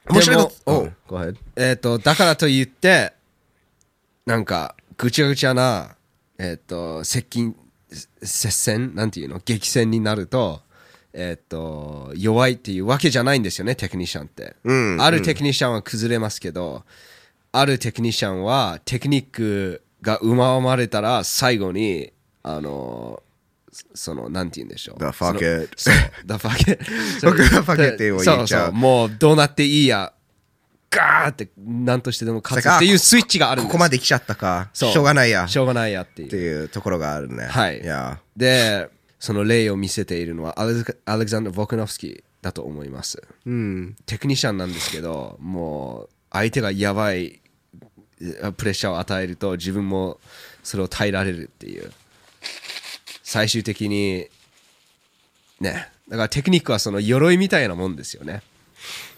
S1: 面白いこと、
S2: お
S1: おう Go ahead
S2: えっとだからといってなんかぐちゃぐちゃなえっ、と接近接戦なんていうの激戦になるとえっ、と弱いっていうわけじゃないんですよねテクニシャンって、
S1: うん
S2: あるテクニシャンは崩れますけどあるテクニシャンはテクニックがうままれたら最後にあのそのなんて言うんでしょう
S1: The fuck it
S2: そのそう The fuck it
S1: 僕が fuck it って言っちゃう
S2: そそもうどうなっていいやガーって何としてでも勝つっていうスイッチがあるん
S1: こ
S2: です
S1: こまで来ちゃったか、し
S2: そ
S1: ょうがないや、っ
S2: しょうがないやっていう
S1: ていうところがあるね。
S2: はい
S1: いや、
S2: でその例を見せているのはアレクアレクサンダー・ボクノフスキーだと思います、テクニシャンなんですけどもう相手がやばいえプレッシャーを与えると自分もそれを耐えられるっていう最終的にねだからテクニックはその鎧みたいなもんですよね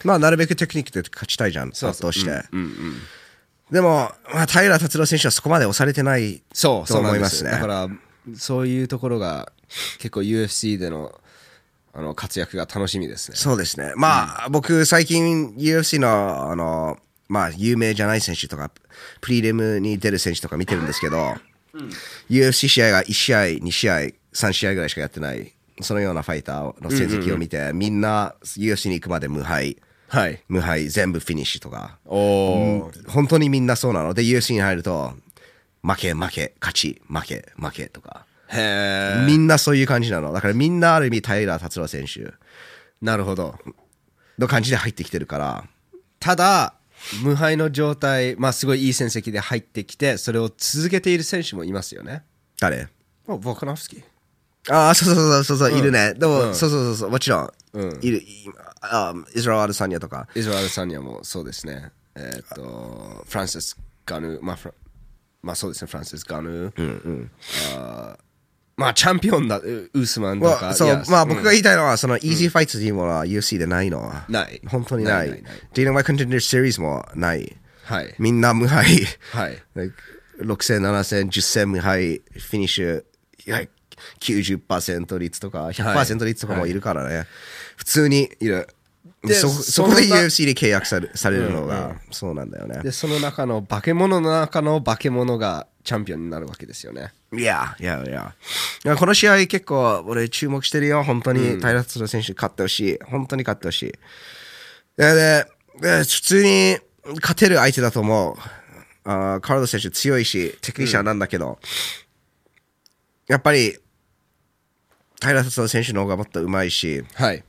S1: まあ、なるべくテクニックで勝ちたいじゃん、圧
S2: そうそう
S1: 倒して。でも、まあ、平達郎選手はそこまで押されてない
S2: そう、
S1: と
S2: そうなん
S1: 思い
S2: で
S1: ますね。
S2: だから、そういうところが結構 UFC でのあの活躍が楽しみですね。
S1: そうですね。まあ、僕、最近 UFC の、あの、まあ、有名じゃない選手とか、プリレムに出る選手とか見てるんですけど、UFC 試合が1試合、2試合、3試合ぐらいしかやってない、そのようなファイターの成績を見て、みんな UFC に行くまで無敗、
S2: はい。
S1: 無敗、全部フィニッシュとか、
S2: おお、
S1: 本当にみんなそうなので、UFC に入ると、負け、負け、勝ち、負け、負けとか、
S2: へえ。
S1: みんなそういう感じなの。だからみんなある意味、平達郎選手
S2: なるほど。
S1: の感じで入ってきてるから、
S2: ただ、無敗の状態、まあすごいいい戦績で入ってきて、それを続けている選手もいますよね。
S1: 誰
S2: もうボクノフスキー。
S1: ああ、そうそうそうそうそう、いるね。でも、
S2: ん
S1: そうそうそうそう、もちろん、
S2: うん
S1: いる。いあイズラエル・サニアとか。
S2: イズラエル・サニアもそうですね。えーっ、と、フランシス・ガヌー、まあ、フラまあそうですね、フランシス・ガヌー。あーまあチャンピオンだ、ウウスマンと
S1: ま
S2: か。
S1: あ、そう、
S2: Yes
S1: まあ僕が言いたいのは、その、イージーファイトというものは UFC でないのは。
S2: ない
S1: 本当にない。
S2: ないないない
S1: DNY Contender Series もない。
S2: はい。
S1: みんな無敗。
S2: はい。
S1: 6戦、7戦、10戦無敗、フィニッシュ。いや90%率とか100%率とかもいるからね、普通にいるそそこで
S2: そのな
S1: UFC で契約されされるのがそうなんだよね
S2: でその中の化け物の中の化け物がチャンピオンになるわけですよね
S1: いや、いや、いや。いやこの試合結構俺注目してるよ。本当に平田選手勝ってほしい。本当に勝ってほしい。で、でで普通に勝てる相手だと思う。あーカルロス選手強いし、テクニシャンなんだけど、やっぱり、平田選手の方がもっと上手いし、
S2: はい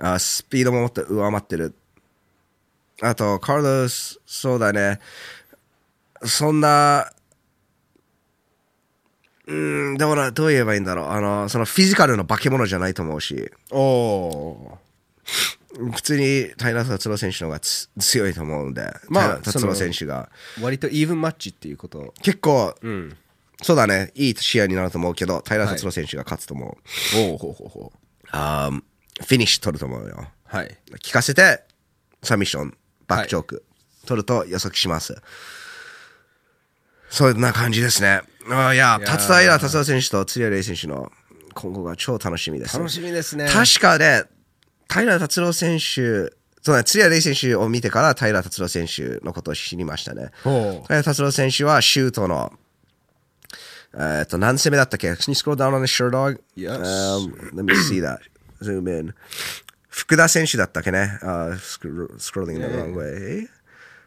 S1: あースピードももっと上回ってる。あと、カルロス、そうだね。そんな、うーん、でもな、どう言えばいいんだろう。あの、そのフィジカルの化け物じゃないと思うし、
S2: おお
S1: 普通に平田達郎選手の方がつ強いと思うんで、
S2: まあ
S1: 平田達
S2: そ
S1: 郎
S2: の
S1: 選手が。
S2: 割とイーブンマッチっていうこと
S1: 結構、
S2: ん
S1: そうだね、いい試合になると思うけど、平田達郎選手が勝つと思う。
S2: おおほうほうほう
S1: あーフィニッシュ取ると思うよ。
S2: はい
S1: 聞かせて、サミッション、バックチョーク、取ると予測します。そんな感じですね。あいや、達田平達田選手と釣り合い選手の今後が超楽しみです。
S2: 楽しみですね
S1: 確かね、平達郎選手、そうね、釣り合い選手を見てから平達郎選手のことを知りましたね。
S2: ほう
S1: 平達郎選手はシュートの、えっと、何攻めだったっけ ?Can you scroll down on the shirt dog?
S2: Yes.
S1: Um, let me see that. Zoom in. 福田選手だったっけね、あ s c r o l l i n g the wrong way.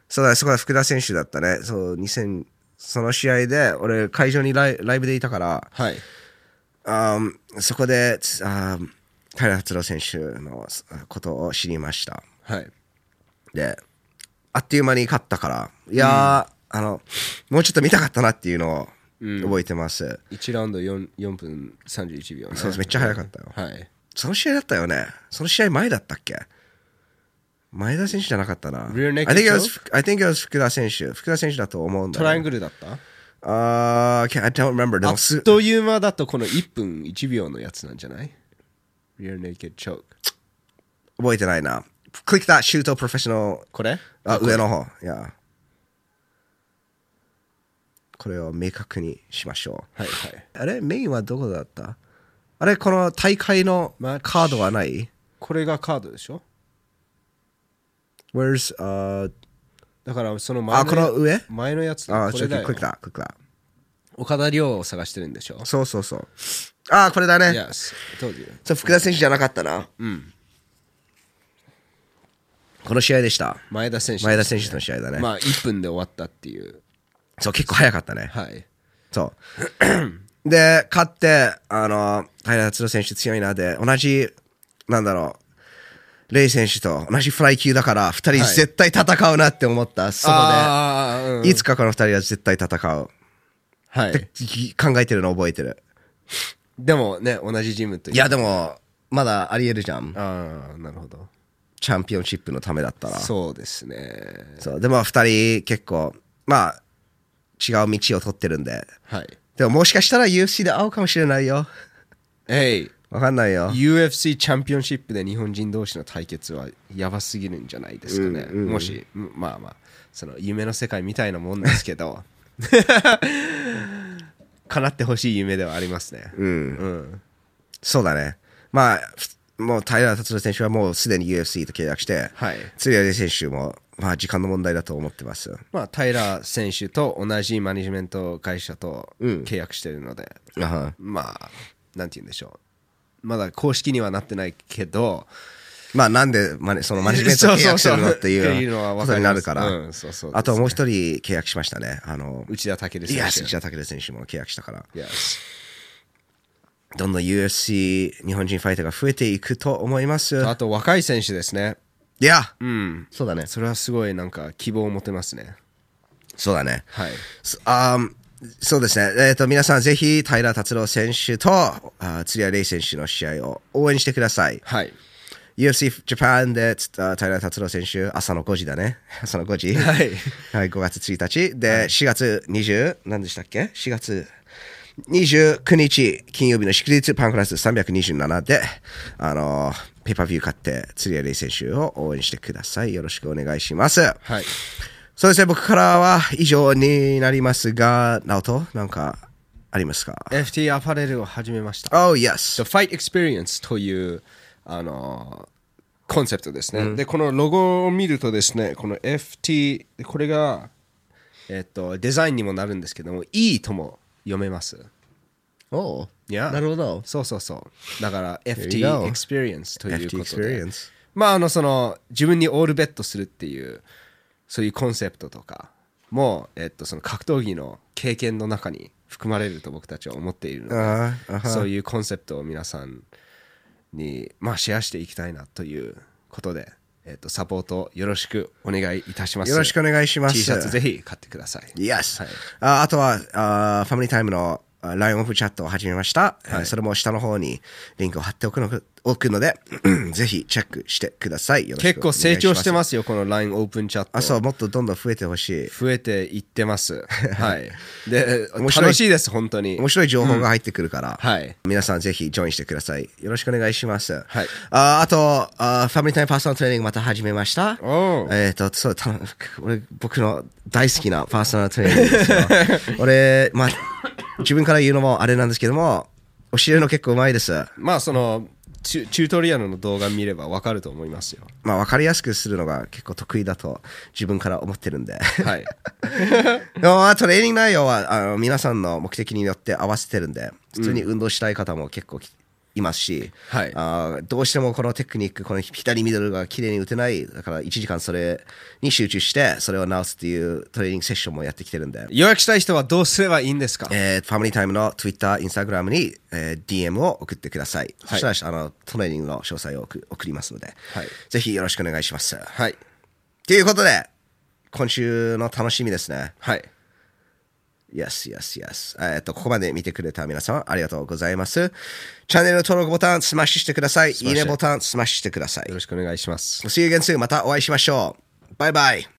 S1: そうだ、そこは福田選手だったね。そう、2000、その試合で、俺、会場にライライブでいたから、
S2: はい
S1: あーそこで、つあー平達郎選手のあことを知りました。
S2: はい
S1: で、あっという間に勝ったから、いやー、あの、もうちょっと見たかったなっていうのを覚えてます。
S2: 1ラウンド 4, 4分31秒ね
S1: そうです、めっちゃ早かったよ。
S2: はい
S1: その試合だったよね。その試合前だったっけ前田選手じゃなかったな。
S2: Rear naked
S1: I think it was,
S2: choke?
S1: I think it was 福田選手。福田選手だと思うんだ、
S2: トライアングルだった
S1: あー、okay, I don't remember. で
S2: あ
S1: も
S2: っ
S1: す
S2: という間だとこの1分1秒のやつなんじゃない ?Rear Naked Choke
S1: 覚えてないな。Click that shoot o professional
S2: これ
S1: あ、上の方。いや。これを明確にしましょう。
S2: はいはい
S1: あれメインはどこだったあれこの大会の
S2: マッチ
S1: カードはない
S2: これがカードでしょ
S1: ?Where's, uh,
S2: だからその前
S1: あ、この上
S2: 前のやつ
S1: あ、
S2: こ
S1: ちょ
S2: れ
S1: っと
S2: だよ
S1: click that, click that.
S2: 岡田亮を探してるんでしょ
S1: そうそうそう。ああ、これだね。
S2: Yes どういう
S1: そう、福田選手じゃなかったな。この試合でした。
S2: 前田選手
S1: 前田選手との試合だね。
S2: まあ1分で終わったっていう
S1: そう、結構早かったね。
S2: はい
S1: そう。 で、勝って、あの、平田選手強いなで、同じ、なんだろう、レイ選手と同じフライ級だから、二人
S2: はい
S1: 絶対戦うなって思った。そこ
S2: あー
S1: で、
S2: うん
S1: いつかこの二人は絶対戦う。
S2: はい
S1: 考えてるの覚えてる。
S2: でもね同じジムという
S1: いや、でも、まだありえるじゃん。
S2: ああなるほど
S1: チャンピオンシップのためだったら。
S2: そうですね
S1: そう。でも、二人結構、まあ、違う道を取ってるんで。
S2: はい
S1: でも、もしかしたら UFC で会うかもしれないよ。
S2: Hey
S1: わかんないよ。
S2: UFC チャンピオンシップで日本人同士の対決はやばすぎるんじゃないですかね、もしうんまあまあその夢の世界みたいなもんです けど叶ってほしい夢ではありますねうん、
S1: そうだね。まあ、ふもう、平達郎選手はもうすでに UFC と契約して、
S2: はい
S1: 釣り上げ選手も、まあ、時間の問題だと思ってます。
S2: まあタイラー選手と同じマネジメント会社と契約してるので、
S1: あは
S2: まあなんて言うんでしょうまだ公式にはなってないけど
S1: まあ、なんでマネ、そのマネジメント契約してるのって
S2: そうそうそうって
S1: い
S2: いう
S1: う
S2: のは
S1: こと
S2: 分か
S1: に
S2: り
S1: な
S2: ます
S1: るから、
S2: うんそうそうですね
S1: あともう一人契約しましたね。あの、
S2: 内田武
S1: いや、
S2: 選手
S1: 内田武選手も契約したから。
S2: Yes
S1: どんどん UFC 日本人ファイターが増えていくと思います。
S2: あと若い選手ですね
S1: いや、
S2: うん
S1: そうだね。
S2: それはすごいなんか希望を持てますね
S1: そうだね。
S2: はい
S1: そあーそうですね。えっ、と、皆さんぜひ、平達郎選手と、あー釣り合いレイ選手の試合を応援してください。
S2: はい
S1: UFC Japan で、つあ平達郎選手、朝の5時だね。 朝の5時。
S2: はい
S1: はい、5月1日。で、4月20、何でしたっけ ?4 月29日、金曜日の祝日、パンクラス327で、あのーペーパービュー買って、釣り合いレイ選手を応援してください。よろしくお願いします。
S2: はい
S1: そうですね、僕からは以上になりますが、ナオト、なんかありますか
S2: FT アパレルを始めました。
S1: ?Oh, yes.
S2: The Fight Experience という、あのーコンセプトですね、で、このロゴを見るとですね、この FT、これが、えっと、デザインにもなるんですけども、E とも読めます。
S1: Oh,
S2: Yeah.
S1: なるほど。
S2: そうそうそう。だから
S1: you go.
S2: FT Experience という
S1: FT
S2: ことで
S1: Experience。
S2: まあ、あの、その、自分にオールベットするっていう、そういうコンセプトとかも、えっと、その格闘技の経験の中に含まれると僕たちは思っているので、
S1: あーあは
S2: そういうコンセプトを皆さんに、まあ、シェアしていきたいなということで、えっと、サポートよろしくお願いいたします。
S1: よろしくお願いします
S2: T シャツぜひ買ってください。
S1: Yes、
S2: はい
S1: ああとはあーファミリータイムのあー LINE オフチャットを始めました、えーそれも下の方にリンクを貼っておくのおくので ぜひチェックしてくださいよろし
S2: 結
S1: くお願
S2: 構
S1: いします
S2: 成長してますよ、この LINE オープンチャット。
S1: あそうもっとどんどん増えてほしい
S2: 増えていっ てます。はい。で、
S1: 面白い
S2: 楽しいです、本当に。
S1: 面白い情報が入ってくるから、
S2: はい。
S1: 皆さんぜひジョインしてくださいよろしくお願いします、
S2: はい
S1: ああとあファミリータイムパーソナルトレーニングまた始めました
S2: おう
S1: えっ、とそうた俺僕の大好きなパーソナルトレーニングですよ俺まあ自分から言うのもあれなんですけども教えるの結構うまいです
S2: まあ、その、チュチュートリアルの動画見ればわかると思いますよ。
S1: まあ分かりやすくするのが結構得意だと自分から思ってるんで
S2: はい。
S1: でもまあトレーニング内容はあの皆さんの目的によって合わせてるんで普通に運動したい方も結構きいますし、
S2: はい
S1: あーどうしてもこのテクニックこの左ミドルが綺麗に打てないだから1時間それに集中してそれを直すっていうトレーニングセッションもやってきてるんで
S2: 予約したい人はどうすればいいんですか
S1: えーファミリータイムの Twitter、Instagram に、えー DM を送ってください。そしたらあのトレーニングの詳細を送送りますので、
S2: はい
S1: ぜひよろしくお願いします。と、
S2: はい。
S1: い、うことで、今週の楽しみですね。
S2: はい。
S1: Yes, yes, yes. えーっと、ここまで見てくれた皆様ありがとうございます。チャンネル登録ボタンスマッシュしてください。いいねボタンスマッシュしてください
S2: よろ。しくお願いします。
S1: See you again soon. またお会いしましょう。バイバイ。